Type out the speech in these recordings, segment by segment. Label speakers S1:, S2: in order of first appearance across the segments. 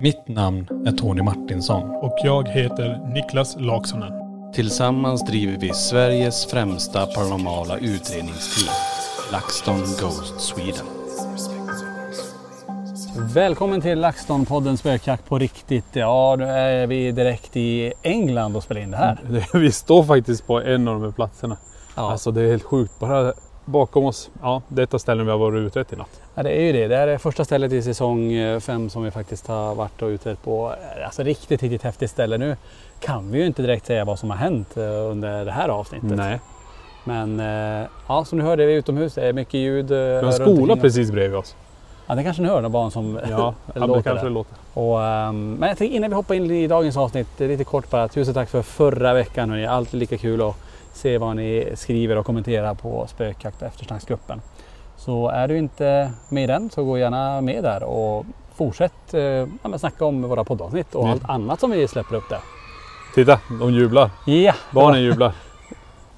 S1: Mitt namn är Tony Martinsson.
S2: Och jag heter Niklas Laksonen.
S1: Tillsammans driver vi Sveriges främsta paranormala utredningsteam. LaxTon Ghost Sweden.
S3: Välkommen till LaxTon-podden Spökjakt på riktigt. Ja, nu är vi direkt i England och spelar in det här.
S1: Mm.
S2: Vi står faktiskt på en av de här platserna.
S3: Ja.
S2: Alltså det är helt sjukt. Bara bakom oss. Ja, detta ställen vi har varit utrett i natt.
S3: Ja, det är ju det. Det här är första stället i säsong eh, fem som vi faktiskt har varit och utrett på. Alltså riktigt, riktigt häftigt ställe. Nu kan vi ju inte direkt säga vad som har hänt eh, under det här avsnittet.
S2: Nej.
S3: Men eh, ja, som ni hörde, vi är utomhus. Det är mycket ljud. eh,
S2: Vi har en skola precis bredvid oss.
S3: Ja, det kanske ni hör, några barn som
S2: Ja,
S3: det
S2: ja, det
S3: låter
S2: kanske
S3: där.
S2: det låter.
S3: Och, ehm, men jag tänkte innan vi hoppar in i dagens avsnitt, eh, lite kort bara. Tusen tack för förra veckan. Hörrni. Alltid lika kul att se vad ni skriver och kommenterar på spökjakt och eftersnacksgruppen. Så är du inte med i den så gå gärna med där och fortsätt eh, ja, men snacka om våra poddavsnitt och
S2: Mm.
S3: allt annat som vi släpper upp där.
S2: Titta, de jublar.
S3: Ja,
S2: Barnen jublar.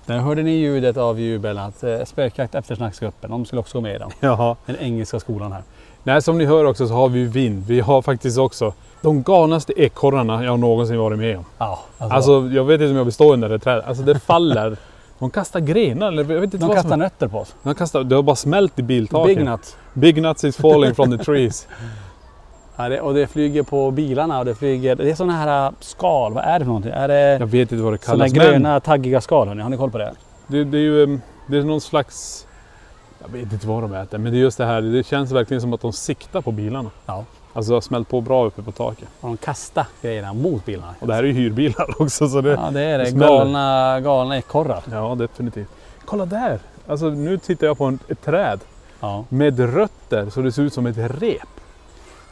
S3: där hörde ni ljudet av jubeln att eh, spökjakt och eftersnacksgruppen, de skulle också gå med i den.
S2: Jaha.
S3: Den engelska skolan här.
S2: Nej, som ni hör också så har vi ju vind. Vi har faktiskt också de galnaste ekorrarna jag någonsin varit med om.
S3: Ja,
S2: Alltså jag vet inte om jag vill stå under det trädet. Alltså det faller. De kastar grenar eller jag vet inte
S3: de
S2: vad
S3: kastar
S2: som...
S3: nötter på oss.
S2: De kastar... Det har bara smält i biltaket.
S3: Big nut.
S2: Big nuts is falling from the trees.
S3: Ja, det, och det flyger på bilarna och det flyger... Det är sådana här äh, skal. Vad är det för någonting? Är det
S2: Jag vet inte vad det
S3: sådana
S2: kallas.
S3: gröna taggiga skal? Hörni? Har ni koll på det?
S2: Det, det är ju em, det är någon slags... Jag vet inte vad de äter, men det är just det här. Det känns verkligen som att de siktar på bilarna.
S3: Ja.
S2: Alltså det har smält på bra uppe på taket.
S3: Och de kastar grejerna mot bilarna.
S2: Och det här är ju hyrbilar också. Så det, ja.
S3: Ja, det är det.
S2: smäller.
S3: Galna, galna ekorrar.
S2: definitivt. Kolla där! Alltså nu tittar jag på en, ett träd
S3: Ja.
S2: med rötter så det ser ut som ett rep.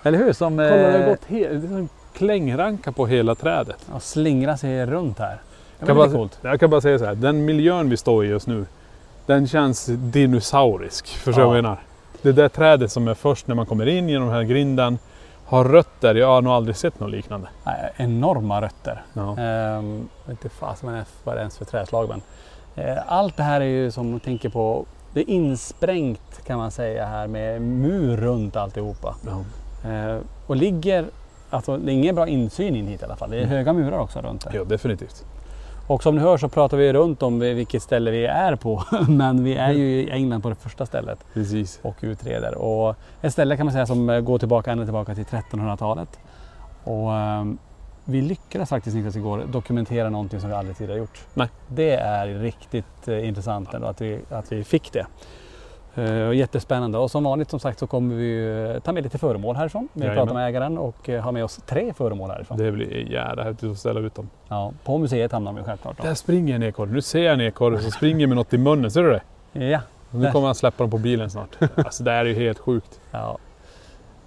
S3: Eller hur? Som
S2: Kolla, det har
S3: eh,
S2: gått he- det är som klängranka på hela trädet.
S3: ja, slingrar sig runt här. Det
S2: Kan
S3: var lite
S2: bara-
S3: coolt.
S2: Jag kan bara säga så här, den miljön vi står i just nu, den känns dinosaurisk. Förstår du vad jag
S3: Ja.
S2: menar? Det där trädet som är först när man kommer in genom den här grinden har rötter. Jag har nog aldrig sett något liknande.
S3: Nej, enorma rötter.
S2: Ja.
S3: Ehm, jag vet inte fasen vad det är- vad det är ens för träslag men. Eh, allt det här är ju som man tänker på. Det är insprängt kan man säga här med mur runt alltihopa.
S2: Ja.
S3: Eh, och ligger, alltså det är ingen bra insyn in hit i alla fall. Det är höga murar också runt här.
S2: ja, definitivt.
S3: Och som ni hör så pratar vi runt om vilket ställe vi är på. Men vi är ju i England på det första stället
S2: Precis.
S3: och utreder. Och ett ställe kan man säga som eh, går tillbaka ända tillbaka till 1300-talet. Och eh, vi lyckades faktiskt Niklas igår dokumentera någonting som vi aldrig tidigare gjort.
S2: Nej.
S3: Det är riktigt eh, intressant ändå att vi, att vi fick det. Eh, och jättespännande och som vanligt som sagt så kommer vi ju, eh, ta med lite föremål härifrån. Vi
S2: Jajamän.
S3: pratar med ägaren och eh, har med oss tre föremål härifrån.
S2: Det blir jävla häftigt att ställa ut dem.
S3: Ja, på museet hamnar vi självklart. Då.
S2: Där springer en ekorre. Nu ser jag en ekorre som springer med något i munnen. Ser du det?
S3: Ja.
S2: Nu
S3: Där.
S2: kommer han släppa dem på bilen snart. Alltså det här är ju helt sjukt.
S3: Ja.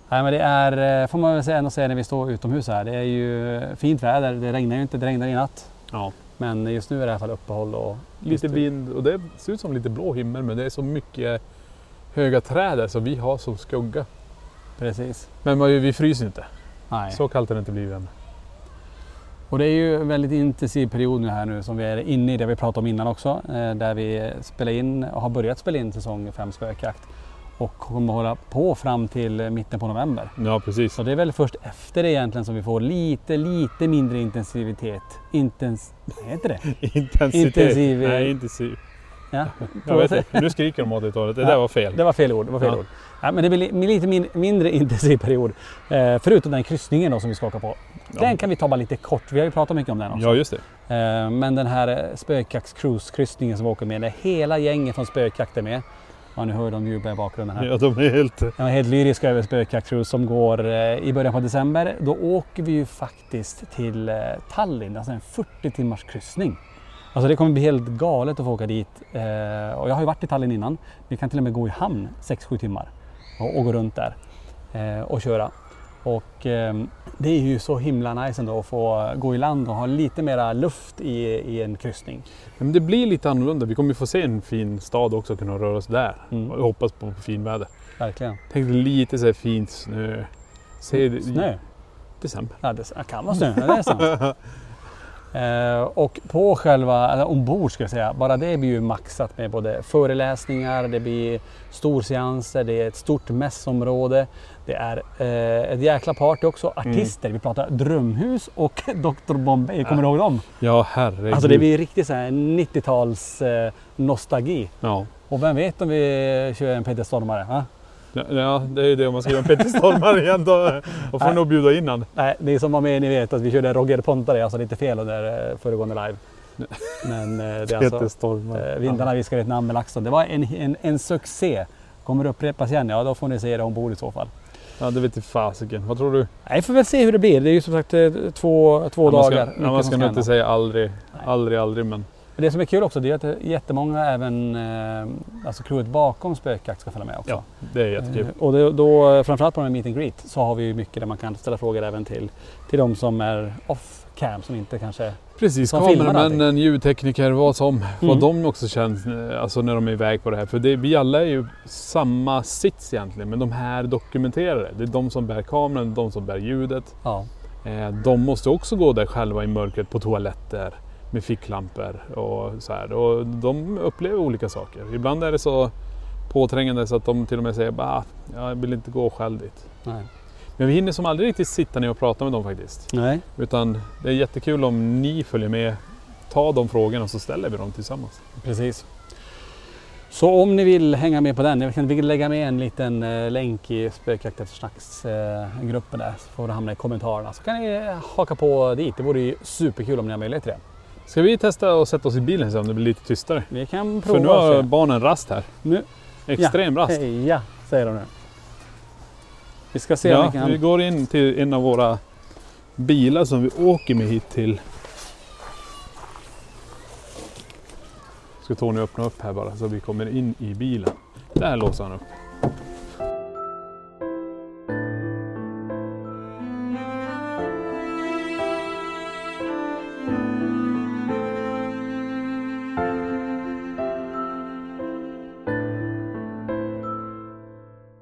S3: Nej, men det är, eh, får man väl säga- ändå säga när vi står utomhus här, det är ju fint väder. Det regnar ju inte, det regnar i natt.
S2: Ja.
S3: Men just nu är det i alla fall uppehåll och
S2: Lite vind och det ser ut som lite blå himmel men det är så mycket höga träd där så vi har som skugga.
S3: Precis.
S2: Men man- vi fryser inte.
S3: Nej.
S2: Så kallt har det inte blivit än.
S3: Och det är ju en väldigt intensiv period nu här nu som vi är inne i, det vi pratade om innan också, eh, där vi spelar in och har börjat spela in säsong 5 spökjakt och kommer hålla på fram till eh, mitten på november.
S2: Ja, precis.
S3: Så det är väl först efter det egentligen som vi får lite, lite mindre intensivitet. Intens... Vad heter det?
S2: Intensitet.
S3: Intensiv- eh,
S2: Nej, intensiv.
S3: Ja.
S2: Jag vet inte. Nu skriker de åt det hållet. Det där var fel.
S3: Det var fel ord. Det var fel
S2: Ja.
S3: ord. Ja, men det blir li- lite min, mindre intensiv period. Eh, förutom den kryssningen då som vi skakar på. Den kan vi ta bara lite kort. Vi har ju pratat mycket om den också.
S2: Ja, just det.
S3: Eh, men den här spökjakt kryssningen som vi åker med. Där hela gänget från spökjakt är med. Ja, nu hör de jubla i bakgrunden här.
S2: Ja, de är helt...
S3: Jag är helt lyrisk över spökjakt cruise som går eh, i början på december. Då åker vi ju faktiskt till eh, Tallinn, alltså en 40 timmars kryssning. Alltså det kommer bli helt galet att få åka dit. Eh, och jag har ju varit i Tallinn innan. Vi kan till och med gå i hamn 6-7 timmar och, och gå runt där eh, och köra. Och ehm, det är ju så himla nice ändå att få gå i land och ha lite mera luft i, i en kryssning.
S2: Men det blir lite annorlunda. Vi kommer ju få se en fin stad också och kunna röra oss där.
S3: Mm.
S2: Och hoppas på finväder.
S3: Verkligen.
S2: Tänk dig lite så här fint snö. Se det-
S3: Snö.
S2: December.
S3: Ja, det kan vara snö, ja, det är sant. Eh, och på själva, eller ombord ska jag säga, bara det blir ju maxat med både föreläsningar, det blir storseanser, det är ett stort mässområde. Det är eh, ett jäkla party också,
S2: Mm.
S3: artister. Vi pratar Drömhus och Dr Bombay, kommer du ihåg dem?
S2: Ja, herregud.
S3: Alltså det blir riktigt så här 90-tals eh, nostalgi.
S2: Ja.
S3: Och vem vet om vi kör en Peter Stormare? va?
S2: Ja, ja, det är ju det om man ska göra en Petter Stormare igen då. Då får
S3: Nej.
S2: vi nog bjuda in han.
S3: Nej, ni som var med ni vet att vi körde Roger Pontare, alltså lite fel under eh, föregående live. Men eh, det är alltså...
S2: Petter Stormare.
S3: Eh, Vindarna viskar ditt namn med LaxTon. Det var en, en, en succé. Kommer upprepas igen? Ja, då får ni se det ombord i så fall.
S2: Ja, det vet i fasiken. Vad tror du?
S3: Nej, får väl se hur det blir. Det är ju som sagt eh, två, två
S2: Ja, man ska,
S3: dagar.
S2: ja, man
S3: Mycket
S2: ska
S3: som
S2: nog inte
S3: hända.
S2: säga aldrig, aldrig, aldrig. Men
S3: Men Det som är kul också det är att det är jättemånga även eh, alltså crewet bakom spökjakt ska följa med också.
S2: ja, det är jättekul.
S3: Eh, Och det, då, eh, framförallt på den här meet and greet så har vi ju mycket där man kan ställa frågor även till, till de som är off cam som inte kanske...
S2: Precis,
S3: som filmar
S2: kameramännen, ljudtekniker, vad som.
S3: Mm.
S2: Vad de också känner eh, alltså, när de är iväg på det här. För det, vi alla är ju samma sits egentligen. Men de här dokumenterar det. Det är de som bär kameran, de som bär ljudet.
S3: Ja,
S2: Eh, de måste också gå där själva i mörkret på toaletter med ficklampor och så här. Och de upplever olika saker. Ibland är det så påträngande så att de till och med säger bah, jag vill inte gå själv dit.
S3: nej.
S2: Men vi hinner som aldrig riktigt sitta ner och prata med dem faktiskt.
S3: nej.
S2: Utan det är jättekul om ni följer med. Ta de frågorna så ställer vi dem tillsammans.
S3: Precis. Så om ni vill hänga med på den, jag kan vi kan lägga med en liten eh, länk i Spökjakt efter snacks, eh, gruppen där så får det hamna i kommentarerna så kan ni eh, haka på dit. Det vore ju superkul om ni har möjlighet till det.
S2: Ska vi testa och sätta oss i bilen sen om det blir lite tystare?
S3: Vi kan prova
S2: För nu
S3: och
S2: har
S3: se.
S2: barnen rast här.
S3: Nu-
S2: Extrem rast.
S3: Heja, säger de nu. Vi ska se om
S2: Ja,
S3: vi kan...
S2: vi går in till en av våra bilar som vi åker med hit till. Ska Tony öppna upp här bara så vi kommer in i bilen. Där låser han upp.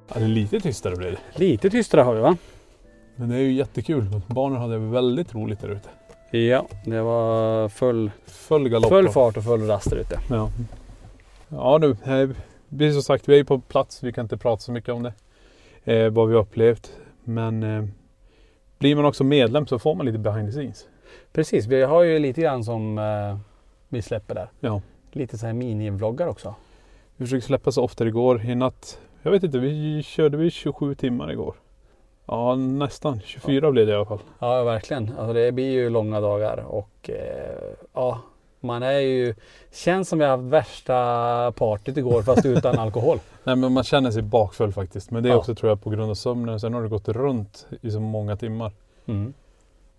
S2: Ja, det är lite tystare blir det.
S3: Lite tystare har vi va?
S2: Men det är ju jättekul. Barnen hade väldigt roligt där ute.
S3: Ja, det var full,
S2: Full galopp.
S3: full
S2: och-
S3: fart och full rast där ute.
S2: Ja. Ja du, eh, vi som sagt, vi är ju på plats. Vi kan inte prata så mycket om det. Eh, vad vi har upplevt. Men eh, blir man också medlem så får man lite behind the scenes.
S3: Precis, vi har ju lite grann som eh, vi släpper där.
S2: Ja.
S3: Lite så här minivloggar också.
S2: Vi försöker släppa så ofta det går. I natt, jag vet inte, vi körde vi 27 timmar igår. Ja nästan, 24 blev det i alla fall.
S3: Ja, verkligen. Alltså det blir ju långa dagar och eh, ja, man är ju... Känns som vi har haft värsta partyt igår fast utan alkohol.
S2: Nej men man känner sig bakfull faktiskt. Men det är
S3: Ja.
S2: också tror jag på grund av sömnen. Sen har det gått runt i så många timmar.
S3: Mm.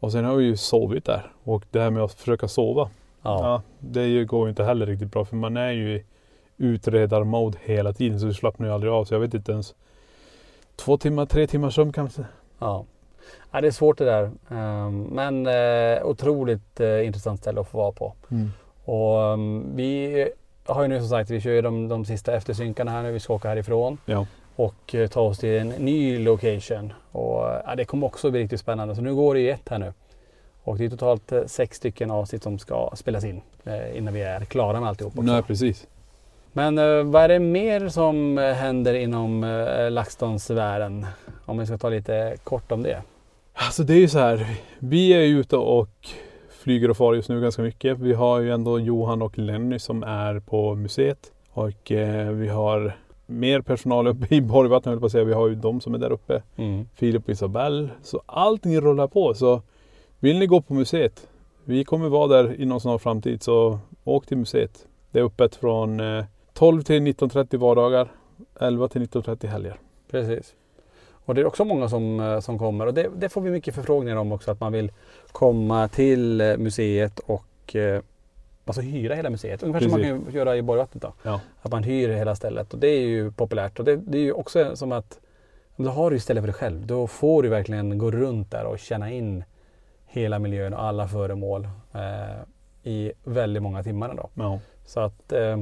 S2: Och sen har vi ju sovit där. Och det här med att försöka sova.
S3: Ja.
S2: Ja, det är ju, går ju inte heller riktigt bra för man är ju i utredarmode hela tiden så du slappnar ju aldrig av. Så jag vet inte ens. Två timmar, tre timmar sömn kanske.
S3: Ja. ja, det är svårt det där. Ehm, Men eh, otroligt eh, intressant ställe att få vara på. Och ehm, vi har ju nu som sagt, vi kör ju de, de sista eftersynkarna här nu. Vi ska åka härifrån
S2: Ja.
S3: och eh, ta oss till en ny location. Och eh, ja, det kommer också bli riktigt spännande. Så nu går det i ett här nu. Och det är totalt eh, sex stycken avsnitt som ska spelas in eh, innan vi är klara med alltihop. Också.
S2: Nej, precis.
S3: Men eh, vad är det mer som eh, händer inom eh, LaxTons-sfären? Om vi ska ta lite kort om det.
S2: Alltså det är ju så här. Vi är ju ute och flyger och far just nu ganska mycket. Vi har ju ändå Johan och Lenny som är på museet. Och eh, vi har mer personal uppe i Borgvattnet höll jag på att säga. Vi har ju de som är där uppe.
S3: Mm.
S2: Filip och Isabelle. Så allting rullar på. Så vill ni gå på museet? Vi kommer vara där inom snar framtid så åk till museet. Det är öppet från eh, 12 till 19.30 vardagar. 11 till 19.30 helger.
S3: Precis. Och det är också många som, eh, som kommer och det, det får vi mycket förfrågningar om också att man vill komma till eh, museet och eh, alltså hyra hela museet. Ungefär som man
S2: Precis.
S3: kan göra i Borgvattnet då.
S2: Ja.
S3: Att man hyr hela stället och det är ju populärt och det, det är ju också som att då har du ju ställe för dig själv. Då får du verkligen gå runt där och känna in hela miljön och alla föremål eh, i väldigt många timmar ändå.
S2: ja.
S3: Så att eh,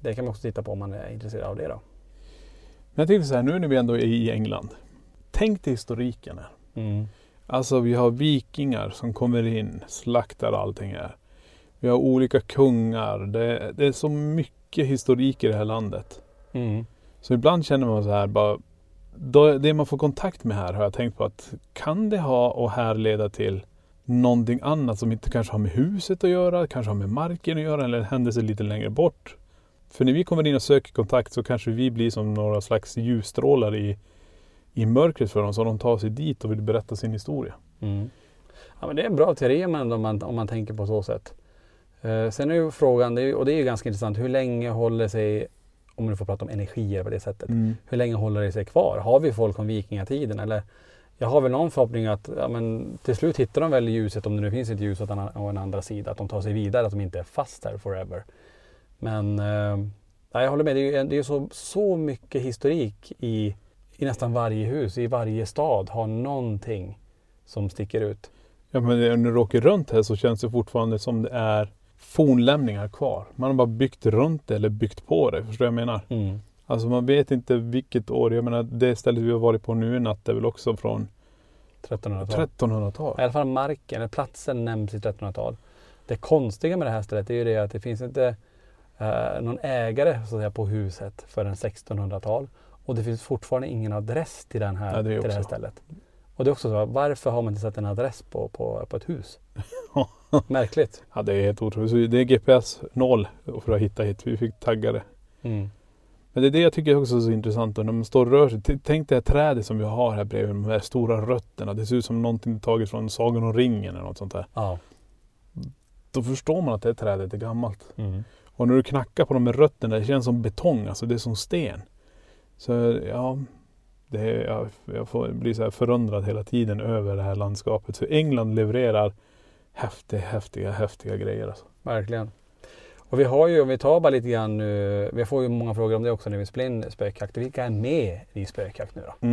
S3: det kan man också titta på om man är intresserad av det då.
S2: Men jag tänkte så här, nu när vi ändå är i England. Tänk dig historiken här.
S3: Mm.
S2: Alltså vi har vikingar som kommer in, slaktar allting här. Vi har olika kungar. Det, det är så mycket historik i det här landet.
S3: Mm.
S2: Så ibland känner man så här bara. Då, det man får kontakt med här har jag tänkt på att kan det ha och härleda till någonting annat som inte kanske har med huset att göra, kanske har med marken att göra eller en händelse lite längre bort. För när vi kommer in och söker kontakt så kanske vi blir som några slags ljusstrålar i, i mörkret för dem så de tar sig dit och vill berätta sin historia.
S3: Ja, men det är en bra teori om man, om man, om man tänker på så sätt. Eh, sen är ju frågan, det är, ju- och det är ju ganska intressant, hur länge håller sig, om du får prata om energier på det sättet, hur länge håller det sig kvar? Har vi folk om vikingatiden? Eller, jag har väl någon förhoppning att ja, men, till slut hittar de väl ljuset, om det nu finns ett ljus åt en, å en andra sida, att de tar sig vidare, att de inte är fast här forever. Men eh, nej, jag håller med, det är ju, det är ju så, så mycket historik i, i nästan varje hus, i varje stad har någonting som sticker ut.
S2: Ja men när du åker runt här så känns det fortfarande som det är fornlämningar kvar. Man har bara byggt runt det eller byggt på det. Förstår du vad jag menar?
S3: Mm.
S2: Alltså man vet inte vilket år. Jag menar det stället vi har varit på nu i natt är väl också från
S3: 1300-tal.
S2: 1300-talet.
S3: I alla fall marken, eller platsen nämns i 1300-tal. Det konstiga med det här stället är ju det att det finns inte eh, någon ägare så att säga, på huset förrän 1600-tal. Och det finns fortfarande ingen adress till, den här,
S2: Ja, det är
S3: till det här
S2: också.
S3: stället. Och det är också så, varför har man inte satt en adress på, på, på ett hus? Märkligt.
S2: Ja det är helt otroligt. Så det är GPS noll för att hitta hit. Vi fick tagga det.
S3: Mm.
S2: Men det är det jag tycker också är så intressant. då, När man står och rör sig. T- Tänk det här trädet som vi har här bredvid. De här stora rötterna. Det ser ut som någonting taget från Sagan om ringen eller något sånt där.
S3: Ja.
S2: Då förstår man att det här trädet är gammalt. Och när du knackar på de med rötterna, det känns som betong, alltså det är som sten. Så ja, det är, jag, jag får bli så här förundrad hela tiden över det här landskapet. För England levererar häftiga, häftiga, häftiga grejer. Alltså.
S3: Verkligen. Och vi har ju, om vi tar bara lite grann nu, vi får ju många frågor om det också när vi spelar in spökjakt. Vilka är med i spökjakt nu då?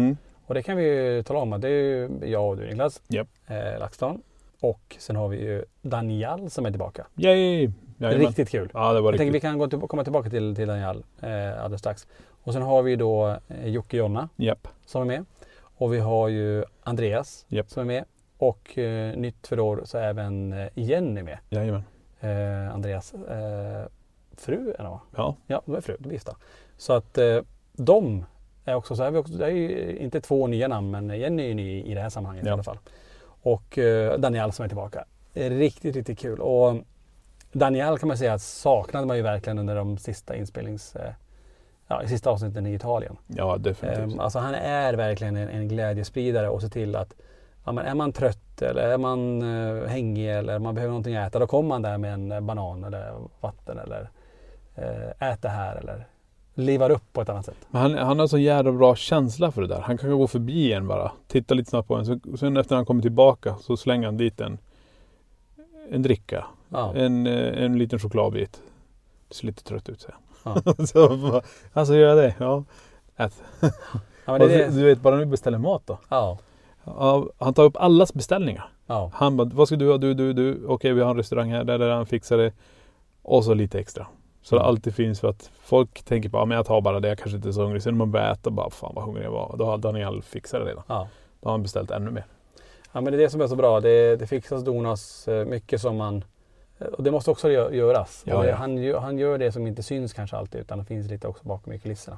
S3: Och det kan vi ju tala om att det är ju jag och du Niklas
S2: Japp.
S3: eh, LaxTon. Och sen har vi ju Daniel som är tillbaka.
S2: Yay! Jajamän.
S3: Riktigt kul.
S2: Ja, det var
S3: Jag tänker vi
S2: riktigt.
S3: kan gå till, komma tillbaka till, till Daniel eh, alldeles strax. Och sen har vi då eh, Jocke Jonna
S2: Japp.
S3: som är med. Och vi har ju Andreas
S2: Japp.
S3: som är med. Och eh, nytt för år så är även eh, Jenny med.
S2: Jajamän.
S3: Eh, Andreas eh, fru är det va?
S2: Ja.
S3: Ja, de är fru, de är gifta. Så att eh, de är också, så här, vi också, det är ju inte två nya namn men Jenny är ju ny i det här sammanhanget i
S2: Ja.
S3: alla fall. Och eh, Daniel som är tillbaka. Det är Riktigt, riktigt kul. Och Daniel kan man säga att saknade man ju verkligen under de sista inspelnings... Eh, ja, i sista avsnitten i Italien.
S2: Ja, definitivt.
S3: Ehm, alltså han är verkligen en, en glädjespridare och ser till att ja, men är man trött eller är man eh, hängig eller man behöver någonting att äta då kommer han där med en eh, banan eller vatten eller eh, ät det här eller livar upp på ett annat sätt.
S2: Men han, han har så jävla bra känsla för det där. Han kan gå förbi en bara, titta lite snabbt på en. Så, sen efter han kommer tillbaka så slänger han dit en, en dricka.
S3: Ja,
S2: En, eh, en liten chokladbit. Det ser lite trött ut säger
S3: ja.
S2: han. så, bara, alltså gör jag det? Ja. Ät.
S3: ja, men det, är
S2: Och
S3: det,
S2: Du vet bara när vi beställer mat då.
S3: ja,
S2: Ja, han tar upp allas beställningar.
S3: ja,
S2: Han bara, vad ska du ha? Du, du, du. Okej vi har en restaurang här. Där, där han fixar det. Och så lite extra. Så
S3: Mm.
S2: det alltid finns för att folk tänker på, ja men jag tar bara det. Jag kanske inte är så hungrig. Sen när man börjar äta bara, fan vad hungrig jag var. Då har Daniel fixat det redan.
S3: ja.
S2: Då har han beställt ännu mer.
S3: Ja, men det är det som är så bra. Det, det fixas donas eh, mycket som man... eh, Och det måste också gö- göras.
S2: Ja,
S3: och det,
S2: ja.
S3: Han, gör, han gör det som inte syns kanske alltid utan det finns lite också bakom i kulisserna.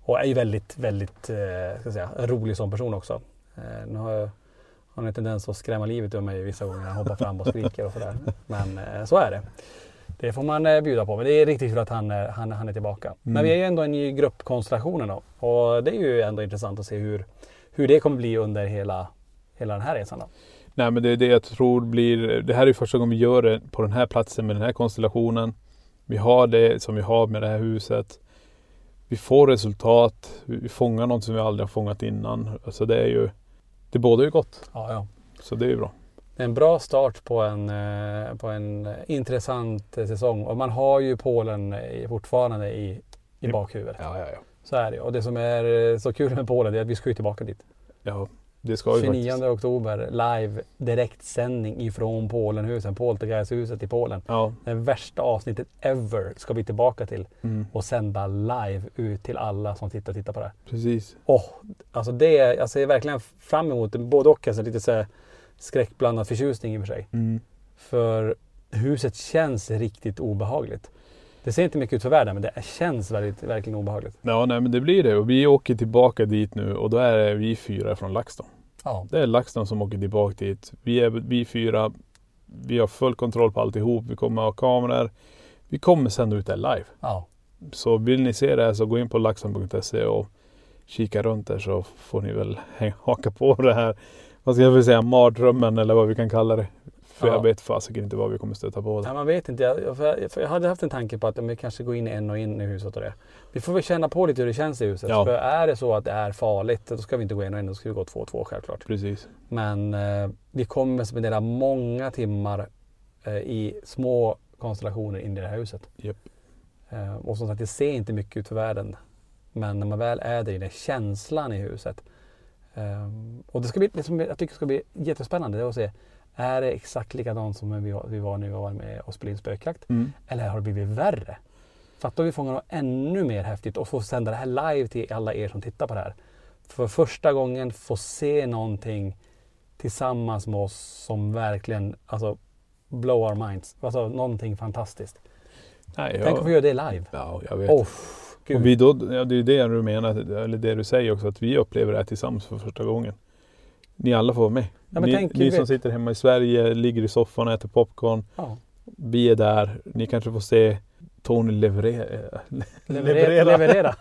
S3: Och är ju väldigt, väldigt eh, ska jag säga, rolig som person också. Eh, nu har jag, han har en tendens att skrämma livet ur mig vissa gånger när han hoppar fram och skriker och sådär. Men eh, så är det. Det får man eh, bjuda på. Men det är riktigt kul att han, eh, han, han är tillbaka. Men vi är ju ändå en ny gruppkonstellation då. Och det är ju ändå intressant att se hur, hur det kommer bli under hela, hela den här resan. Då.
S2: Nej men det är det jag tror blir. Det här är ju första gången vi gör det på den här platsen med den här konstellationen. Vi har det som vi har med det här huset. Vi får resultat. Vi fångar något som vi aldrig har fångat innan. Alltså det är ju. Det bådar ju gott.
S3: Ja, ja.
S2: Så det är ju bra.
S3: Det är en bra start på en, eh, på en eh, intressant eh, säsong. Och man har ju Polen eh, fortfarande i, i
S2: Ja.
S3: bakhuvudet.
S2: Ja, ja, ja.
S3: Så är det. ju. Och det som är eh, så kul med Polen är att vi ska ju tillbaka dit.
S2: Ja, det ska vi
S3: 29
S2: faktiskt.
S3: oktober live direktsändning ifrån Polenhusen, Poltergeisthuset i Polen.
S2: Ja.
S3: Det värsta avsnittet ever ska vi tillbaka till
S2: Mm.
S3: och sända live ut till alla som sitter och tittar på det här.
S2: Precis.
S3: Åh, alltså det, jag ser verkligen fram emot det. både och. Alltså lite så här skräckblandad förtjusning i och för sig.
S2: Mm.
S3: För huset känns riktigt obehagligt. Det ser inte mycket ut för världen men det känns väldigt, verkligen obehagligt.
S2: Ja, nej, men det blir det. Och vi åker tillbaka dit nu och då är det vi fyra från LaxTon.
S3: Ja.
S2: Det är LaxTon som åker tillbaka dit. Vi är vi fyra. Vi har full kontroll på alltihop. Vi kommer ha kameror. Vi kommer sända ut det live.
S3: ja.
S2: Så vill ni se det här så gå in på laxton.se och kika runt där så får ni väl hänga- haka på det här. Vad ska jag väl säga? Mardrömmen eller vad vi kan kalla det. För
S3: Ja.
S2: jag vet fasiken inte vad vi kommer stöta på.
S3: Nej, man vet inte. Jag, för jag, för jag hade haft en tanke på att ja, men vi kanske går in en och in i huset och det. Vi får väl känna på lite hur det känns i huset.
S2: Ja.
S3: För är det så att det är farligt då ska vi inte gå in och in. Då ska vi gå två och två självklart.
S2: Precis.
S3: Men eh, vi kommer spendera många timmar eh, i små konstellationer in i det här huset.
S2: Japp.
S3: Eh, och som sagt, det ser inte mycket ut för världen. Men när man väl är där inne, känslan i huset. Eh, och det ska bli, det som jag tycker ska bli jättespännande det är att se, är det exakt likadant som vi, var- vi var när vi var med och spelade in spökjakt?
S2: Mm.
S3: Eller har det blivit värre? Fattar vi fångar något ännu mer häftigt och får sända det här live till alla er som tittar på det här. För första gången få se någonting tillsammans med oss som verkligen alltså, blow our minds. Alltså någonting fantastiskt.
S2: Nej,
S3: Tänk om vi
S2: jag,
S3: gör det live.
S2: ja, jag vet.
S3: Åh, gud.
S2: Och vi då, ja, det är ju det du menar, eller det du säger också, att vi upplever det här tillsammans för första gången. Ni alla får vara med.
S3: Ja, men
S2: ni
S3: tänk,
S2: ni
S3: du
S2: som
S3: vet.
S2: sitter hemma i Sverige, ligger i soffan och äter popcorn.
S3: ja.
S2: Vi är där. Ni kanske får se Tony leverera.
S3: Leverera. Leverera.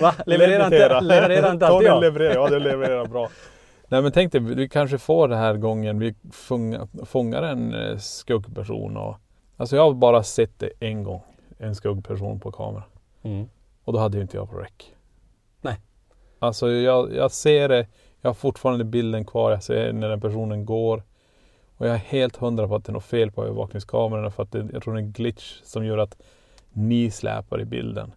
S3: Va? Leverera
S2: Leverera.
S3: inte, leverera inte
S2: Tony
S3: alltid jag.
S2: levererar, ja det levererar bra. Nej men tänk dig, vi kanske får den här gången vi fånga, fångar en eh, skuggperson. Och, alltså jag har bara sett det en gång, en skuggperson på kamera.
S3: Mm.
S2: Och då hade ju inte jag på räck.
S3: Nej.
S2: Alltså jag, jag ser det, jag har fortfarande bilden kvar, jag ser när den personen går. Och jag är helt hundra på att det är något fel på övervakningskamerorna för att det, jag tror det är en glitch som gör att ni släpar i bilden.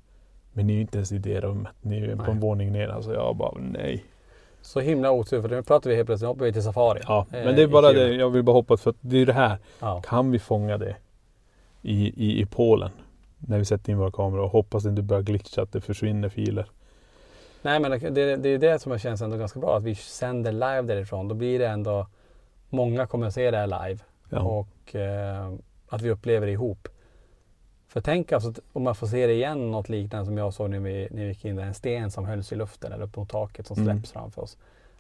S2: Men ni är ju inte ens i det rummet, ni är ju på
S3: Nej.
S2: en våning ner. Alltså jag bara nej.
S3: Så himla otur för nu pratar vi helt plötsligt, nu hoppar vi till Safari.
S2: Ja,
S3: Eh,
S2: men det är
S3: i
S2: bara
S3: Kiruna.
S2: det, jag vill bara hoppas för att det är ju det här.
S3: Ja.
S2: Kan vi fånga det i, i, i Polen? När vi sätter in våra kameror och hoppas det inte börjar glitcha, att det försvinner filer.
S3: Nej men det, det det är det som känns ändå ganska bra, att vi sänder live därifrån. Då blir det ändå, många kommer att se det här live
S2: Ja.
S3: och eh, att vi upplever det ihop. För tänk alltså att om man får se det igen, något liknande som jag såg när vi, när vi gick in där, en sten som hölls i luften eller upp mot taket som släpps
S2: Mm.
S3: framför oss.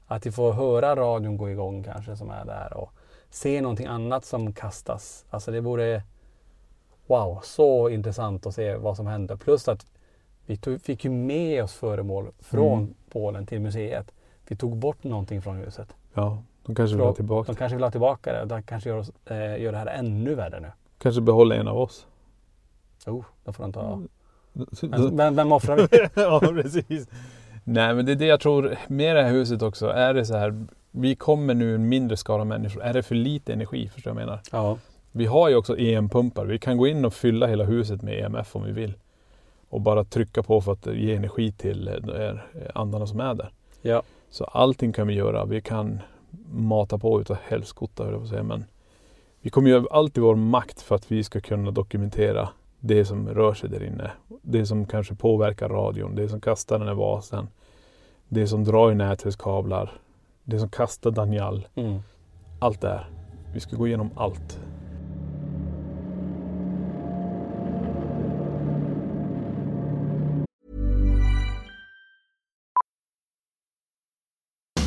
S3: Att vi får höra radion gå igång kanske som är där och se någonting annat som kastas. Alltså det vore, wow, så intressant att se vad som händer. Plus att vi tog, fick ju med oss föremål från
S2: Mm.
S3: Polen till museet. Vi tog bort någonting från huset.
S2: Ja, de kanske vill ha tillbaka
S3: De kanske vill ha tillbaka det. De kanske gör, oss, eh, gör det här ännu värre nu.
S2: Kanske behålla en av oss.
S3: Oh, då får de ta. Men,
S2: Men-
S3: vem, vem offrar vi?
S2: ja, precis. Nej, men det är det jag tror med det här huset också. Är det så här, vi kommer nu en mindre skara människor. Är det för lite energi? Förstår du vad jag menar?
S3: ja.
S2: Vi har ju också EM-pumpar. Vi kan gå in och fylla hela huset med EMF om vi vill. Och bara trycka på för att ge energi till eh, de här, eh, andarna som är där.
S3: ja.
S2: Så allting kan vi göra. Vi kan mata på utav helskotta höll jag på att säga. Men vi kommer göra allt i vår makt för att vi ska kunna dokumentera det som rör sig där inne. Det som kanske påverkar radion, det som kastar den här vasen. Det som drar i nätverkskablar. Det som kastar Daniel.
S3: Mm.
S2: Allt det här. Vi ska gå igenom allt.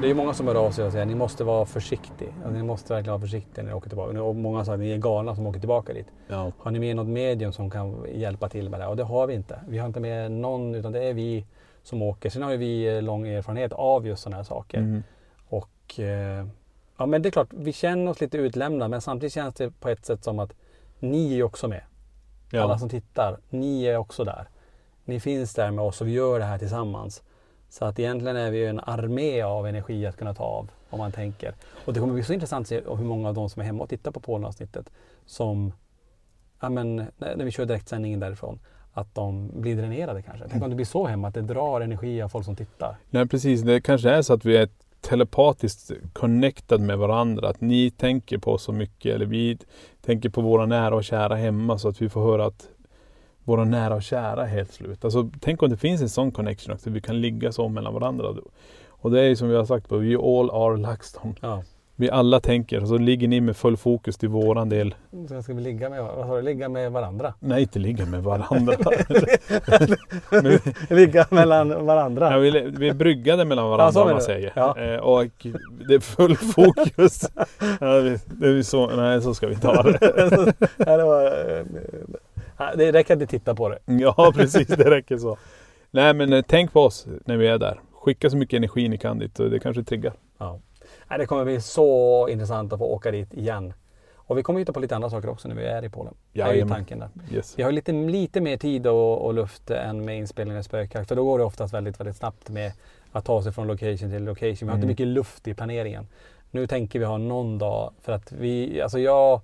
S3: Det är ju många som hör av sig och säger ni måste vara försiktig. Alltså, ni måste verkligen vara försiktiga när ni åker tillbaka. Och många säger att ni är galna som åker tillbaka dit.
S2: Ja.
S3: Har ni med något medium som kan hjälpa till med det? Och det har vi inte. Vi har inte med någon utan det är vi som åker. Sen har ju vi eh, lång erfarenhet av just sådana här saker. Och eh, ja, men det är klart, vi känner oss lite utlämnade men samtidigt känns det på ett sätt som att ni är ju också med. Alla
S2: Ja.
S3: som tittar, ni är också där. Ni finns där med oss och vi gör det här tillsammans. Så att egentligen är vi ju en armé av energi att kunna ta av om man tänker. Och det kommer bli så intressant att se hur många av de som är hemma och tittar på Polenavsnittet som, ja men, när när vi kör direktsändningen därifrån, att de blir dränerade kanske. Tänk om det blir så hemma, att det drar energi av folk som tittar.
S2: Nej precis, det kanske är så att vi är telepatiskt connected med varandra. Att ni tänker på oss så mycket eller vi tänker på våra nära och kära hemma så att vi får höra att våra nära och kära är helt slut. Alltså, tänk om det finns en sån connection också, vi kan ligga så mellan varandra. Och det är ju som vi har sagt, we all are LaxTon.
S3: Ja.
S2: Vi alla tänker och så ligger ni med full fokus till våran del.
S3: Så ska vi ligga med, vad sa du, ligga med varandra?
S2: Nej, inte ligga med varandra.
S3: ligga mellan varandra?
S2: Ja, vi, vi är bryggade mellan
S3: Ja, så
S2: varandra om
S3: menar
S2: man
S3: du.
S2: säger.
S3: Ja.
S2: Eh, och det är full fokus. ja, det, det är så, nej, så ska vi ta det.
S3: Ja, det, var, eh, ja, det räcker att ni tittar på det.
S2: Ja, precis. Det räcker så. Nej, men eh, tänk på oss när vi är där. Skicka så mycket energi ni kan dit. Och det kanske triggar.
S3: Ja. Nej, det kommer bli så intressant att få åka dit igen. Och vi kommer hitta på lite andra saker också när vi är i Polen. Det är ju
S2: Jajamän.
S3: tanken där.
S2: Yes.
S3: Vi har lite, lite mer tid och, och luft än med inspelningen av Spökjakt. För då går det oftast väldigt, väldigt snabbt med att ta sig från location till location. Vi har inte mycket luft i planeringen. Nu tänker vi ha någon dag för att vi, alltså jag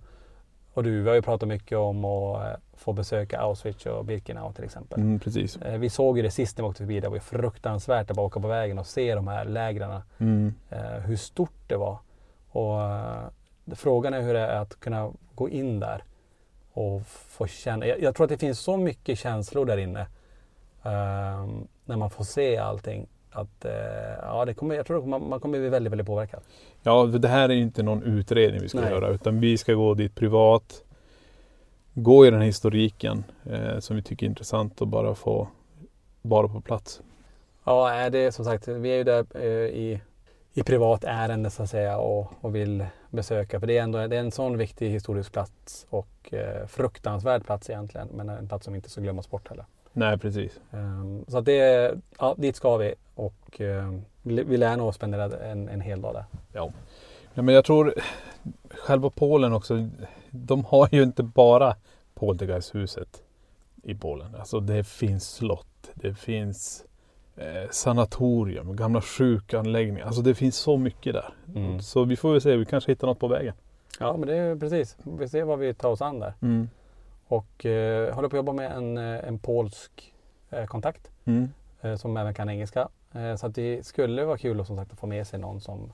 S3: och du, vi har ju pratat mycket om att eh, få besöka Auschwitz och Birkenau till exempel.
S2: Mm, precis.
S3: Eh, Vi såg ju det sist när vi åkte förbi. Det var ju fruktansvärt att bara åka på vägen och se de här lägren.
S2: Mm.
S3: eh, Hur stort det var. Och eh, frågan är hur det är att kunna gå in där och få känna. Jag, jag tror att det finns så mycket känslor där inne. eh, När man får se allting. Att, eh, ja, det kommer, jag tror att man, man kommer bli väldigt, väldigt påverkad.
S2: Ja, för det här är ju inte någon utredning vi ska
S3: Nej.
S2: göra. Utan vi ska gå dit privat. Gå i den här historiken eh, som vi tycker är intressant och bara få bara på plats.
S3: Ja, nej, det är som sagt, vi är ju där eh, i, i privat ärende så att säga och, och vill besöka. För det är ändå det är en sån viktig historisk plats och eh, fruktansvärd plats egentligen. Men en plats som inte ska glömmas bort heller.
S2: Nej, precis.
S3: Ehm, så att det, ja, dit ska vi och ehm, vi vi lär nog spendera en, en hel dag där.
S2: Ja. ja, men jag tror själva Polen också. De har ju inte bara Poltergeisthuset i Polen. Alltså det finns slott, det finns eh, sanatorium, gamla sjukanläggningar. Alltså det finns så mycket där. Så vi får väl se, vi kanske hittar något på vägen.
S3: Mm. Ja, men det är precis. Vi ser vad vi tar oss an där.
S2: Mm.
S3: Och eh, håller på att jobba med en, eh, en polsk eh, kontakt.
S2: Mm.
S3: eh, som även kan engelska. Eh, Så att det skulle vara kul att, som sagt, att få med sig någon som,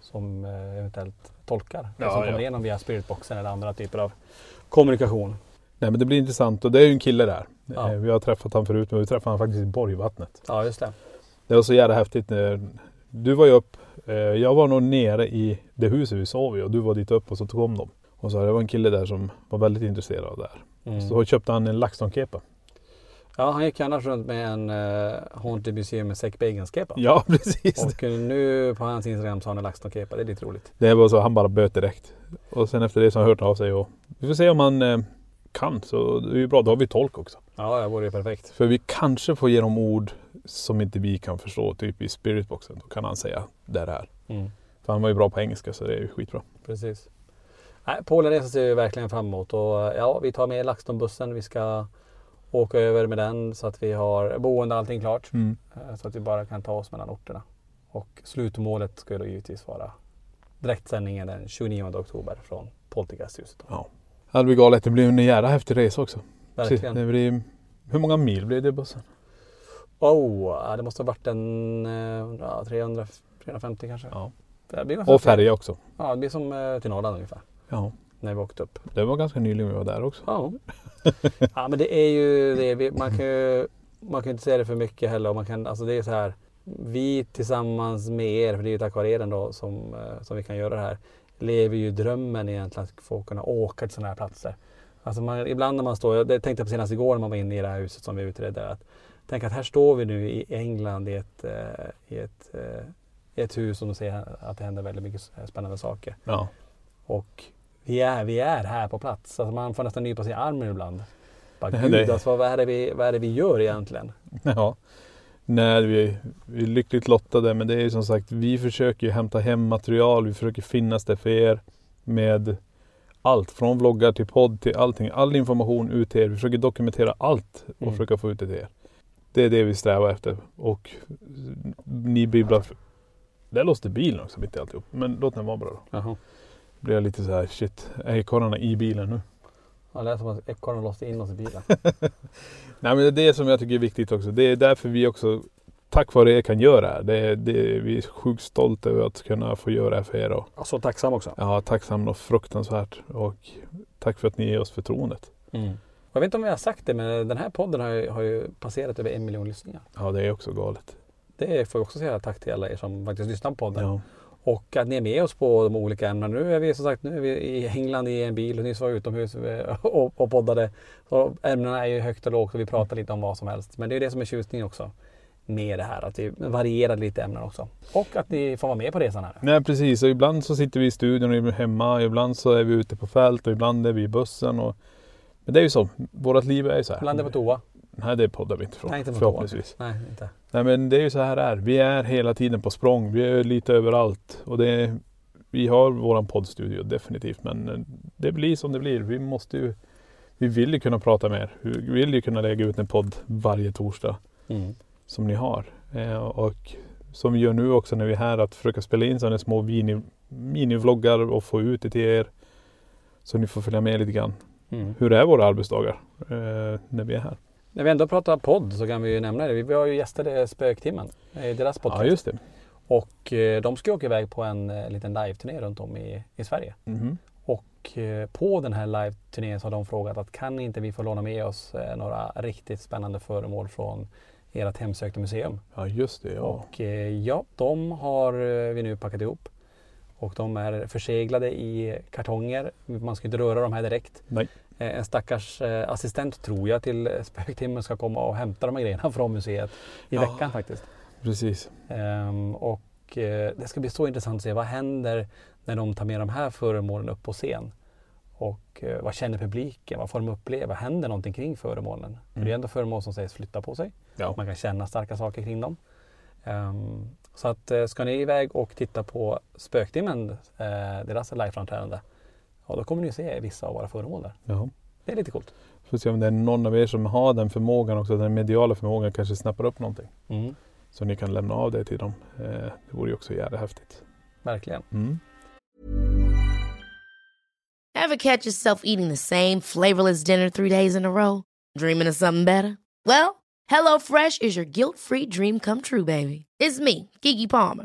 S3: som eh, eventuellt tolkar.
S2: Ja,
S3: som
S2: ja.
S3: kommer igenom via spiritboxen eller andra typer av kommunikation.
S2: Nej men det blir intressant och det är ju en kille där.
S3: Ja.
S2: Eh, Vi har träffat han förut men vi träffade han faktiskt i Borgvattnet.
S3: Ja, just det.
S2: Det var så jävla häftigt när du var ju upp. eh, Jag var nog nere i det huset vi sov i och du var dit upp och så kom de. Och så här, det var en kille där som var väldigt intresserad av det här.
S3: Mm.
S2: Så köpte han en LaxTon-kepa.
S3: Ja, han gick annars runt med en uh, Haunted Museum med Zac Bagans-kepa.
S2: Ja precis.
S3: Och eh, nu på hans Instagram så har han en LaxTon-kepa. Det är lite roligt.
S2: Det var så han bara böt direkt. Och sen efter det så har han hört av sig och vi får se om han eh, kan. Så det är ju bra, då har vi tolk också.
S3: Ja, det vore ju perfekt.
S2: För vi kanske får ge dem ord som inte vi kan förstå, typ i spiritboxen. Då kan han säga det här.
S3: Mm.
S2: För han var ju bra på engelska så det är ju skitbra.
S3: Precis. Nej, Polenresan ser vi verkligen fram emot och eh, ja, vi tar med LaxTon-bussen. Vi ska åka över med den så att vi har boende och allting klart. Eh, Så att vi bara kan ta oss mellan orterna. Och slutmålet ska ju då givetvis vara direktsändningen den 29 oktober från Poltergeisthuset. då.
S2: Ja. Det blir galet. Det blir en jävla häftig resa också.
S3: Verkligen. Alltså,
S2: Det Typ, blir, hur många mil blir det i bussen?
S3: Oh, ja, det måste ha varit en eh, ja, 300, 350 kanske.
S2: Ja.
S3: Det blir ungefär-
S2: Och färja också.
S3: Ja, det blir som eh, till Norrland ungefär.
S2: Ja.
S3: När vi åkte upp.
S2: Det var ganska nyligen vi var där också.
S3: Ja. ja men det är ju det. Vi- Man kan ju man kan ju inte säga det för mycket heller. och Man kan, alltså det är så här. Vi tillsammans med er, för det är ju tack vare er ändå som, eh, som vi kan göra det här. Lever ju drömmen egentligen att få kunna åka till sådana här platser. Alltså man, ibland när man står, jag det tänkte jag på senast igår när man var inne i det här huset som vi utredde. Att, tänk att här står vi nu i England i ett, eh, i ett, eh, i ett hus som de säger att det händer väldigt mycket spännande saker.
S2: Ja.
S3: Och vi är, vi är här på plats. Alltså man får nästan nypa sig i armen ibland. Bara,
S2: Nej,
S3: Gud,
S2: det-
S3: alltså, vad, är det vi, vad är det vi gör egentligen?
S2: Ja. Nej, vi, vi är lyckligt lottade men det är ju som sagt, vi försöker ju hämta hem material, vi försöker finnas där för er med allt från vloggar till podd till allting. All information ut till er. Vi försöker dokumentera allt och
S3: Mm.
S2: försöka få ut det till er. Det är det vi strävar efter och eh, ni bibblar. För... Där låste bilen också mitt i alltihop. Men låt den vara bra då. Blir jag lite så här shit, är ekorrarna i bilen nu?
S3: Ja, det är som att ekorren låste in oss i bilen.
S2: Nej men det är det som jag tycker är viktigt också. Det är därför vi också tack vare er kan göra det här. Det är, det är, vi är sjukt stolta över att kunna få göra det här för er. Och,
S3: Och så tacksam också.
S2: ja, tacksam och fruktansvärt. Och tack för att ni ger oss förtroendet.
S3: Mm. Jag vet inte om vi har sagt det, men den här podden har ju, har ju passerat över en miljon lyssningar.
S2: Ja, det är också galet.
S3: Det får vi också säga tack till alla er som faktiskt lyssnar på podden.
S2: Ja.
S3: Och att ni är med oss på de olika ämnena. Nu är vi som sagt nu är vi i England i en bil och nyss var vi utomhus eh, och, och poddade. Så ämnena är ju högt och lågt och vi pratar lite om vad som helst. Men det är det som är tjusningen också med det här. Att vi varierar lite ämnen också. Och att ni får vara med på resan här.
S2: Nej, precis. Och ibland så sitter vi i studion och är hemma. Ibland så är vi ute på fält och ibland är vi i bussen. Och, men det är ju så. Vårt liv är ju så här.
S3: Ibland är vi på toa.
S2: Nej, det poddar vi inte från.
S3: Nej, inte på toa.
S2: förhoppningsvis.
S3: Nej, inte.
S2: Nej men det är ju så här det är. Vi är hela tiden på språng. Vi är lite överallt. Och det är, vi har våran poddstudio definitivt. Men eh, det blir som det blir. Vi måste ju. Vi vill ju kunna prata med er. Vi vill ju kunna lägga ut en podd varje torsdag. Mm. Som ni har. Eh, och som vi gör nu också när vi är här. Att försöka spela in sådana små mini, minivloggar och få ut det till er. Så ni får följa med lite grann.
S3: Mm.
S2: Hur är våra arbetsdagar? Eh, när vi är här.
S3: När vi ändå pratar podd så kan vi ju nämna det. Vi- Vi har ju gästade Spöktimmen. eh, Deras podcast.
S2: Ja just det.
S3: Och eh, de ska ju åka iväg på en eh, liten live-turné runt om i, i Sverige.
S2: Mhm.
S3: Och eh, på den här live-turnén så har de frågat att kan inte vi få låna med oss eh, några riktigt spännande föremål från ert hemsökta museum?
S2: Ja just det. Ja.
S3: Och eh, ja, de har eh, vi nu packat ihop. Och de är förseglade i kartonger. Man ska inte röra de här direkt.
S2: Nej.
S3: Eh, En stackars eh, assistent tror jag till eh, spöktimmen ska komma och hämta de här grejerna från museet i
S2: Ja.
S3: veckan faktiskt.
S2: Precis.
S3: Ehm, och eh, det ska bli så intressant att se vad händer när de tar med de här föremålen upp på scen. Och eh, vad känner publiken? Vad får de uppleva? Händer någonting kring föremålen? För det är ändå föremål som sägs flytta på sig.
S2: Ja.
S3: Man kan känna starka saker kring dem. Ehm, så att eh, ska ni iväg och titta på Spöktimmen, eh, deras liveframträdande, ja då kommer ni se vissa av våra föremål där.
S2: Ja.
S3: Det är lite coolt.
S2: Får se om det är någon av er som har den förmågan också, den mediala förmågan kanske snappar upp någonting.
S3: Mm,
S2: Så ni kan lämna av det till dem. Eh, det vore ju också jävligt häftigt.
S3: verkligen.
S2: Mm.
S4: Ever catch yourself eating the same flavorless dinner three days in a row? Dreaming of something better? Well, HelloFresh is your guilt free dream come true, baby. It's me, Gigi Palmer.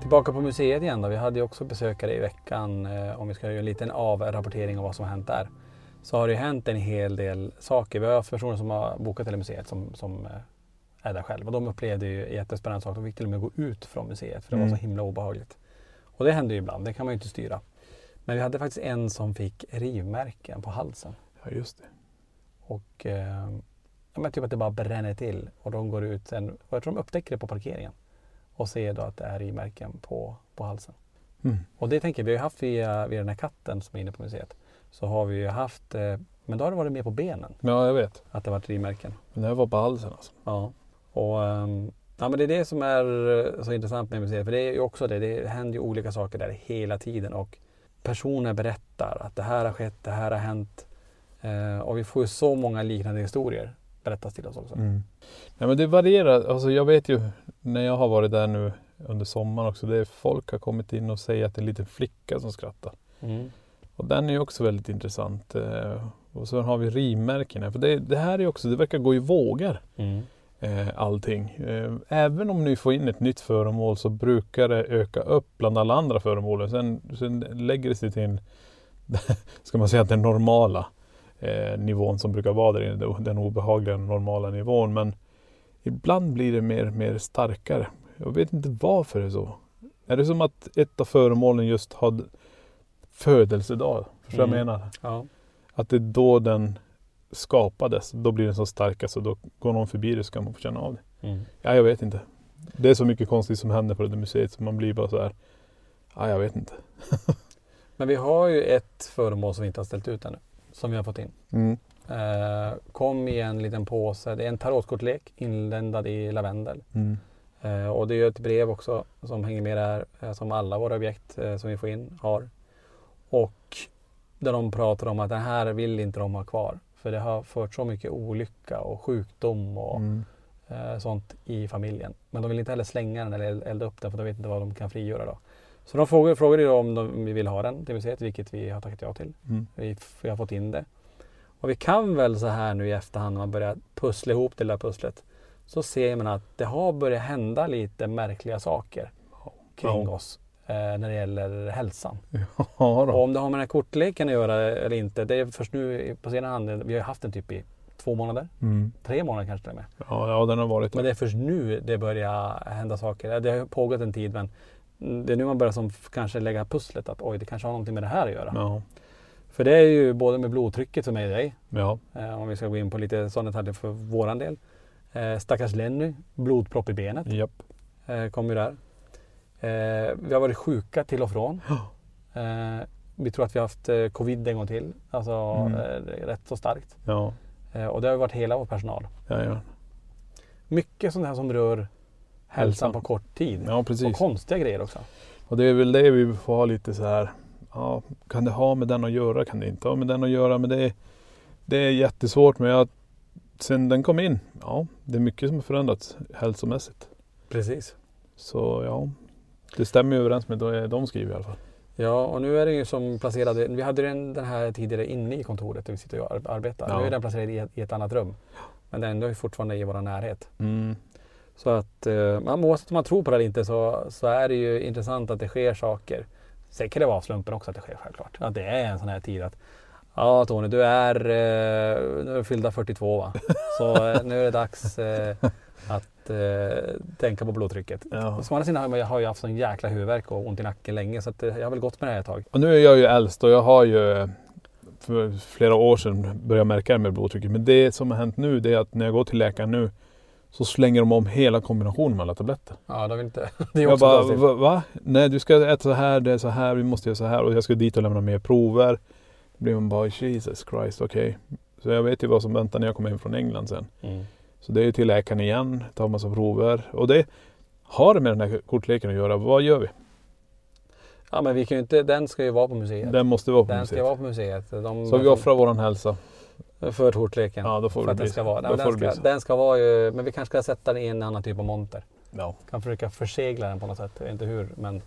S3: Tillbaka på museet igen då. Vi hade ju också besökare i veckan. eh, Om vi ska göra en liten avrapportering av vad som har hänt där. Så har det ju hänt en hel del saker. Vi har haft personer som har bokat till museet som, som eh, är där själva. De upplevde ju jättespännande saker. De fick till och med gå ut från museet för det var så himla obehagligt. Och det händer ju ibland. Det kan man ju inte styra. Men vi hade faktiskt en som fick rivmärken på halsen.
S2: Ja, just det.
S3: Och eh, ja, men typ att det bara bränner till och de går ut sen. Och jag tror de upptäcker det på parkeringen. Och ser då att det är rivmärken på, på halsen.
S2: Mm.
S3: Och det tänker jag, vi har ju haft via, via den här katten som är inne på museet. Så har vi ju haft, eh, men då har det varit mer på benen.
S2: Ja, jag vet.
S3: Att det har varit rivmärken.
S2: Men det här var på halsen alltså.
S3: Ja. Och ehm, ja, men det är det som är eh, så intressant med museet. För det är ju också det, det händer ju olika saker där hela tiden. Och personer berättar att det här har skett, det här har hänt. Eh, och vi får ju så många liknande historier berättas till oss också.
S2: Mm. Nej, men det varierar. Alltså, jag vet ju när jag har varit där nu under sommaren också. Det är folk har kommit in och säger att det är en liten flicka som skrattar.
S3: Mm.
S2: Och den är ju också väldigt intressant. Eh, Och så har vi rimärken här. För det, det här är ju också, det verkar gå i vågor
S3: Mm.
S2: eh, allting. Eh, Även om ni får in ett nytt föremål så brukar det öka upp bland alla andra föremål. Sen, sen lägger det sig till en, ska man säga, att den normala eh, nivån som brukar vara där inne. Den obehagliga normala nivån. Men ibland blir det mer, mer starkare. Jag vet inte varför det är så. Är det som att ett av föremålen just har födelsedag? Förstår du vad jag
S3: Mm.
S2: menar?
S3: Ja.
S2: Att det är då den skapades. Då blir den så starka så då går någon förbi det så kan man få känna av det. Ja, jag vet inte. Det är så mycket konstigt som händer på det där museet så man blir bara så här. Ja, jag vet inte.
S3: Men vi har ju ett föremål som vi inte har ställt ut ännu. Som vi har fått in.
S2: Mm.
S3: Eh, kom i en liten påse. Det är en tarotkortlek inländad i lavendel.
S2: Mm.
S3: Eh, och det är ju ett brev också som hänger med där. Eh, som alla våra objekt eh, som vi får in har. Och där de pratar om att det här vill inte de ha kvar. För det har fört så mycket olycka och sjukdom och
S2: Mm.
S3: eh, sånt i familjen. Men de vill inte heller slänga den eller elda upp den för de vet inte vad de kan frigöra då. Så de frågade, frågade ju då om, de, om vi vill ha den till museet, vilket vi har tackat ja till.
S2: Mm.
S3: Vi, vi har fått in det. Och vi kan väl så här nu i efterhand när man börjar pussla ihop det där pusslet så ser man att det har börjat hända lite märkliga saker kring
S2: Ja.
S3: oss eh, när det gäller hälsan.
S2: Ja
S3: Och
S2: då.
S3: om det har med den här kortleken att göra eller inte, det är först nu i- på senare hand. Vi har ju haft den typ i två månader,
S2: Mm.
S3: tre månader kanske till och med.
S2: Ja, ja, den har varit
S3: Men det är först nu det börjar hända saker. Det har ju pågått en tid men det är nu man börjar som f- kanske lägga pusslet att oj, det kanske har någonting med det här att göra.
S2: Ja.
S3: För det är ju både med blodtrycket för mig och dig,
S2: ja.
S3: eh, om vi ska gå in på lite sådana detaljer för våran del. Eh, stackars Lenny, blodpropp i benet
S2: Japp.
S3: eh, kom ju där. Eh, vi har varit sjuka till och från. Eh, vi tror att vi har haft eh, covid en gång till, alltså
S2: Mm.
S3: eh, rätt så starkt.
S2: Ja.
S3: Eh, Och det har ju varit hela vår personal.
S2: Jajamän.
S3: Mycket sånt här som rör hälsan på kort tid.
S2: Ja, precis.
S3: Och konstiga grejer också.
S2: Och det är väl det vi får ha lite så här. Ja, kan det ha med den att göra? Kan det inte ha med den att göra? Men det är, det är jättesvårt. Men jag, sen den kom in, ja, det är mycket som har förändrats hälsomässigt.
S3: Precis.
S2: Så ja, det stämmer ju överens med det de skriver i alla fall.
S3: Ja, och nu är det ju som placerade. Vi hade den, den här tidigare inne i kontoret där vi sitter och ar- arbetar.
S2: Ja.
S3: Nu är den placerad i ett, i ett annat rum. Men den är ju fortfarande i vår närhet.
S2: Mm.
S3: Så att eh, man, oavsett om man tror på det eller inte så, så är det ju intressant att det sker saker. Sen kan det vara av slumpen också att det sker självklart. Att det är en sån här tid att Ja Tony, du är, eh, nu är du fyllda 42 va? Så eh, nu är det dags eh, att eh, tänka på blodtrycket.
S2: Ja.
S3: Som å andra sidan har jag- har jag haft sån jäkla huvudvärk och ont i nacken länge så att, eh, jag har väl gått med det här ett tag.
S2: Och nu är jag ju äldst och jag har ju för flera år sedan börjat märka det med blodtrycket. Men det som har hänt nu det är att när jag går till läkaren nu så slänger de om hela kombinationen med alla tabletter.
S3: Ja, det, vill inte, det är
S2: jag
S3: också
S2: bara,
S3: konstigt.
S2: va, va? Nej, du ska äta så här, det är så här, vi måste göra så här och jag ska dit och lämna mer prover. Då blir man bara Jesus Christ, okej. Så jag vet ju vad som väntar när jag kommer hem från England sen.
S3: Mm.
S2: Så det är ju till läkaren igen, tar massa prover. Och det har det med den här kortleken att göra. Vad gör vi?
S3: Ja men vi kan ju inte, den ska ju vara på museet.
S2: Den måste vara på
S3: Den ska
S2: museet.
S3: vara på museet. De,
S2: Så vi offrar våran hälsa.
S3: För tortleken.
S2: Ja, då får
S3: för
S2: det
S3: att den
S2: bli
S3: ska
S2: så.
S3: vara.
S2: Då
S3: Nej, men
S2: får
S3: den,
S2: det bli
S3: ska,
S2: så.
S3: den ska vara ju, men vi kanske ska sätta den i en annan typ av monter.
S2: Ja.
S3: Kan försöka försegla den på något sätt, jag vet inte hur. Men,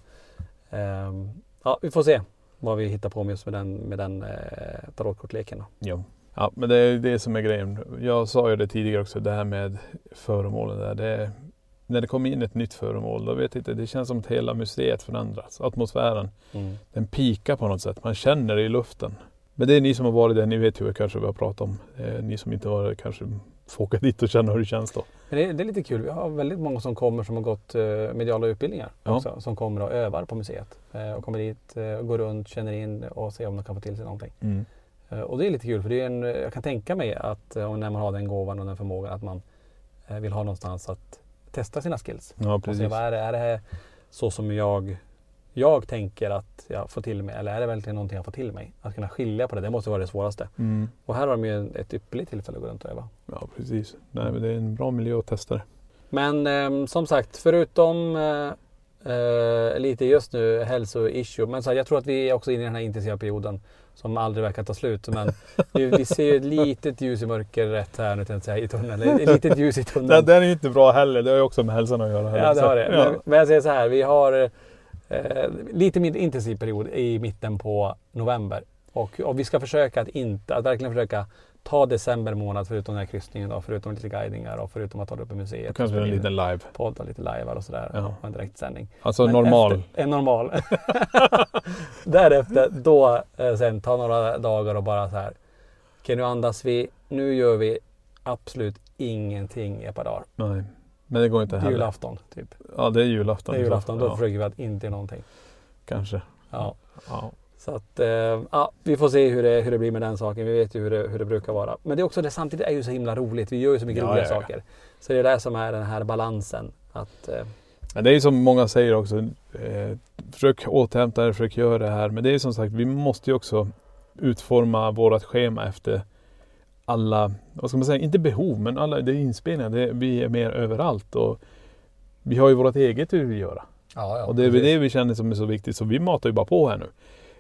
S3: ehm, ja, vi får se vad vi hittar på med just med den, med den eh, tarotkortleken. Då.
S2: Jo. Ja, men det är det som är grejen. Jag sa ju det tidigare också, det här med föremålen där. Det är, när det kommer in ett nytt föremål, då vet jag inte, det känns som att hela museet förändras. Atmosfären,
S3: Mm.
S2: den pikar på något sätt. Man känner det i luften. Men det är ni som har varit där, ni vet ju kanske vad jag pratar om. Eh, ni som inte har varit där kanske får åka dit och känna hur det känns då.
S3: Men det, är- det är lite kul, vi har väldigt många som kommer som har gått eh, mediala utbildningar
S2: Ja.
S3: också. Som kommer och övar på museet. Eh, och kommer dit, eh, och går runt, känner in och ser om de kan få till sig någonting. Eh, Och det är lite kul för det är en, jag kan tänka mig att eh, och när man har den gåvan och den förmågan att man eh, vill ha någonstans att testa sina skills.
S2: Ja,
S3: Och se
S2: precis.
S3: vad är det, är det här så som jag, jag tänker att jag får till mig eller är det verkligen någonting jag får till mig? Att kunna skilja på det, det måste vara det svåraste.
S2: Mm.
S3: Och här har de ju en- ett ypperligt tillfälle att gå runt och öva.
S2: Ja, precis. Nej, men det är en bra miljö att testa det.
S3: Men ehm, som sagt, förutom eh, eh, lite just nu hälsoissue, men så här, jag tror att vi är också inne i den här intensiva perioden som aldrig verkar ta slut. Men vi, vi ser ju ett litet ljus i mörkret här nu tänkte jag säga, i tunneln. Eller Ett litet ljus i
S2: Den,
S3: tunneln.
S2: den är ju inte bra heller. Det har ju också med hälsan att göra. heller.
S3: Mm. Ja, det har det.
S2: Så-
S3: Men, men jag säger så här, vi har eh, lite mindre intensiv period i mitten på november. Och, och vi ska försöka att inte, att verkligen försöka ta december månad förutom den här kryssningen då, förutom lite guidningar och förutom att hålla uppe museet.
S2: Då
S3: och
S2: kanske
S3: spela
S2: en
S3: in
S2: liten live.
S3: podd och lite livear och sådär.
S2: Ja.
S3: Och en direktsändning.
S2: Alltså
S3: Men
S2: normal.
S3: Efter, en normal. Därefter, då eh, sen ta några dagar och bara så här. Okej nu andas vi. Nu gör vi absolut ingenting i ett par dagar.
S2: Nej, men det går inte heller.
S3: Julafton typ.
S2: Ja, det är julafton.
S3: Det är
S2: i så
S3: julafton.
S2: fall.
S3: Då
S2: ja,
S3: försöker vi att inte göra någonting.
S2: Kanske.
S3: Ja.
S2: Ja.
S3: Så att, eh, ja, vi får se hur det, hur det blir med den saken. Vi vet ju hur det, hur det brukar vara. Men det är också det, samtidigt är ju så himla roligt. Vi gör ju så mycket
S2: Ja,
S3: roliga
S2: ja, ja.
S3: saker. Så det är det som är den här balansen. Att, eh,
S2: Men det är ju som många säger också. Eh, försök återhämta dig, försök göra det här. Men det är ju som sagt, vi måste ju också utforma vårt schema efter alla, vad ska man säga, inte behov, men alla, det är inspelningar. Det, vi är med överallt och vi har ju vårt eget vi vill göra.
S3: ja, ja,
S2: Och det är väl
S3: precis.
S2: det vi känner som är så viktigt, så vi matar ju bara på här nu.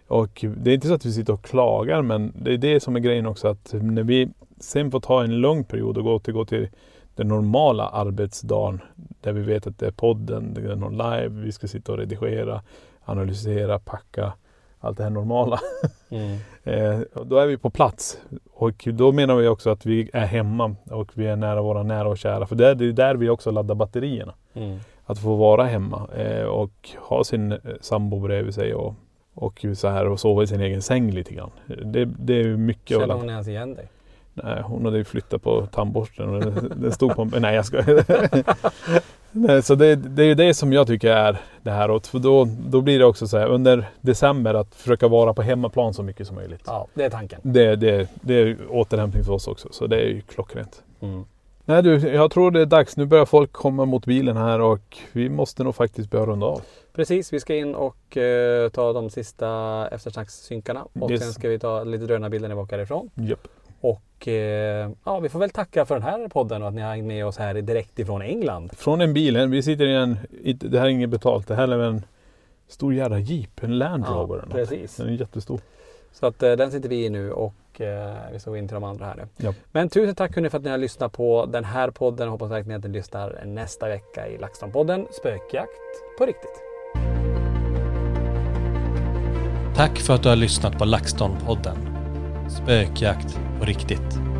S2: Och det är inte så att vi sitter och klagar, men det är det som är grejen också att när vi sen får ta en lång period och gå till, gå till den normala arbetsdagen där vi vet att det är podden, det är någon live, vi ska sitta och redigera, analysera, packa, allt det här normala.
S3: Mm.
S2: Eh, och då är vi på plats och då menar vi också att vi är hemma och vi är nära våra nära och kära. För det är det är där vi också laddar batterierna
S3: Mm.
S2: att få vara hemma eh, och ha sin eh, sambo bredvid sig och, och ju så här och sova i sin egen säng lite grann. Det, det är ju mycket
S3: Känner
S2: överallt.
S3: hon ens igen dig?
S2: Nej, hon hade ju flyttat på tandborsten och den, den stod på en... Nej, jag ska. Nej, så det, det är ju det som jag tycker är det här. Och för då, då blir det också så här under december att försöka vara på hemmaplan så mycket som möjligt.
S3: Ja, det är tanken.
S2: Det, det, det är ju återhämtning för oss också, så det är ju klockrent.
S3: Mm.
S2: Nej du, jag tror det är dags. Nu börjar folk komma mot bilen här och vi måste nog faktiskt börja runda av.
S3: Precis, vi ska in och eh, ta de sista eftersnackssynkarna och
S2: Yes.
S3: sen ska vi ta lite drönarbilder när vi åker härifrån.
S2: Japp.
S3: Och eh, ja, vi får väl tacka för den här podden och att ni har hängt med oss här direkt ifrån England.
S2: Från en bil. Vi sitter i en, i- det här är inget betalt. Det här är en stor jävla jeep. En Land
S3: Ja,
S2: Rover. eller något.
S3: precis.
S2: Den är jättestor.
S3: Så att eh, den sitter vi i nu och eh, vi ska gå in till de andra här nu.
S2: Ja.
S3: Men tusen tack hörni för att ni har lyssnat på den här podden. Hoppas verkligen att ni lyssnar nästa vecka i LaxTon-podden Spökjakt på riktigt.
S1: Tack för att du har lyssnat på LaxTon-podden. Spökjakt på riktigt.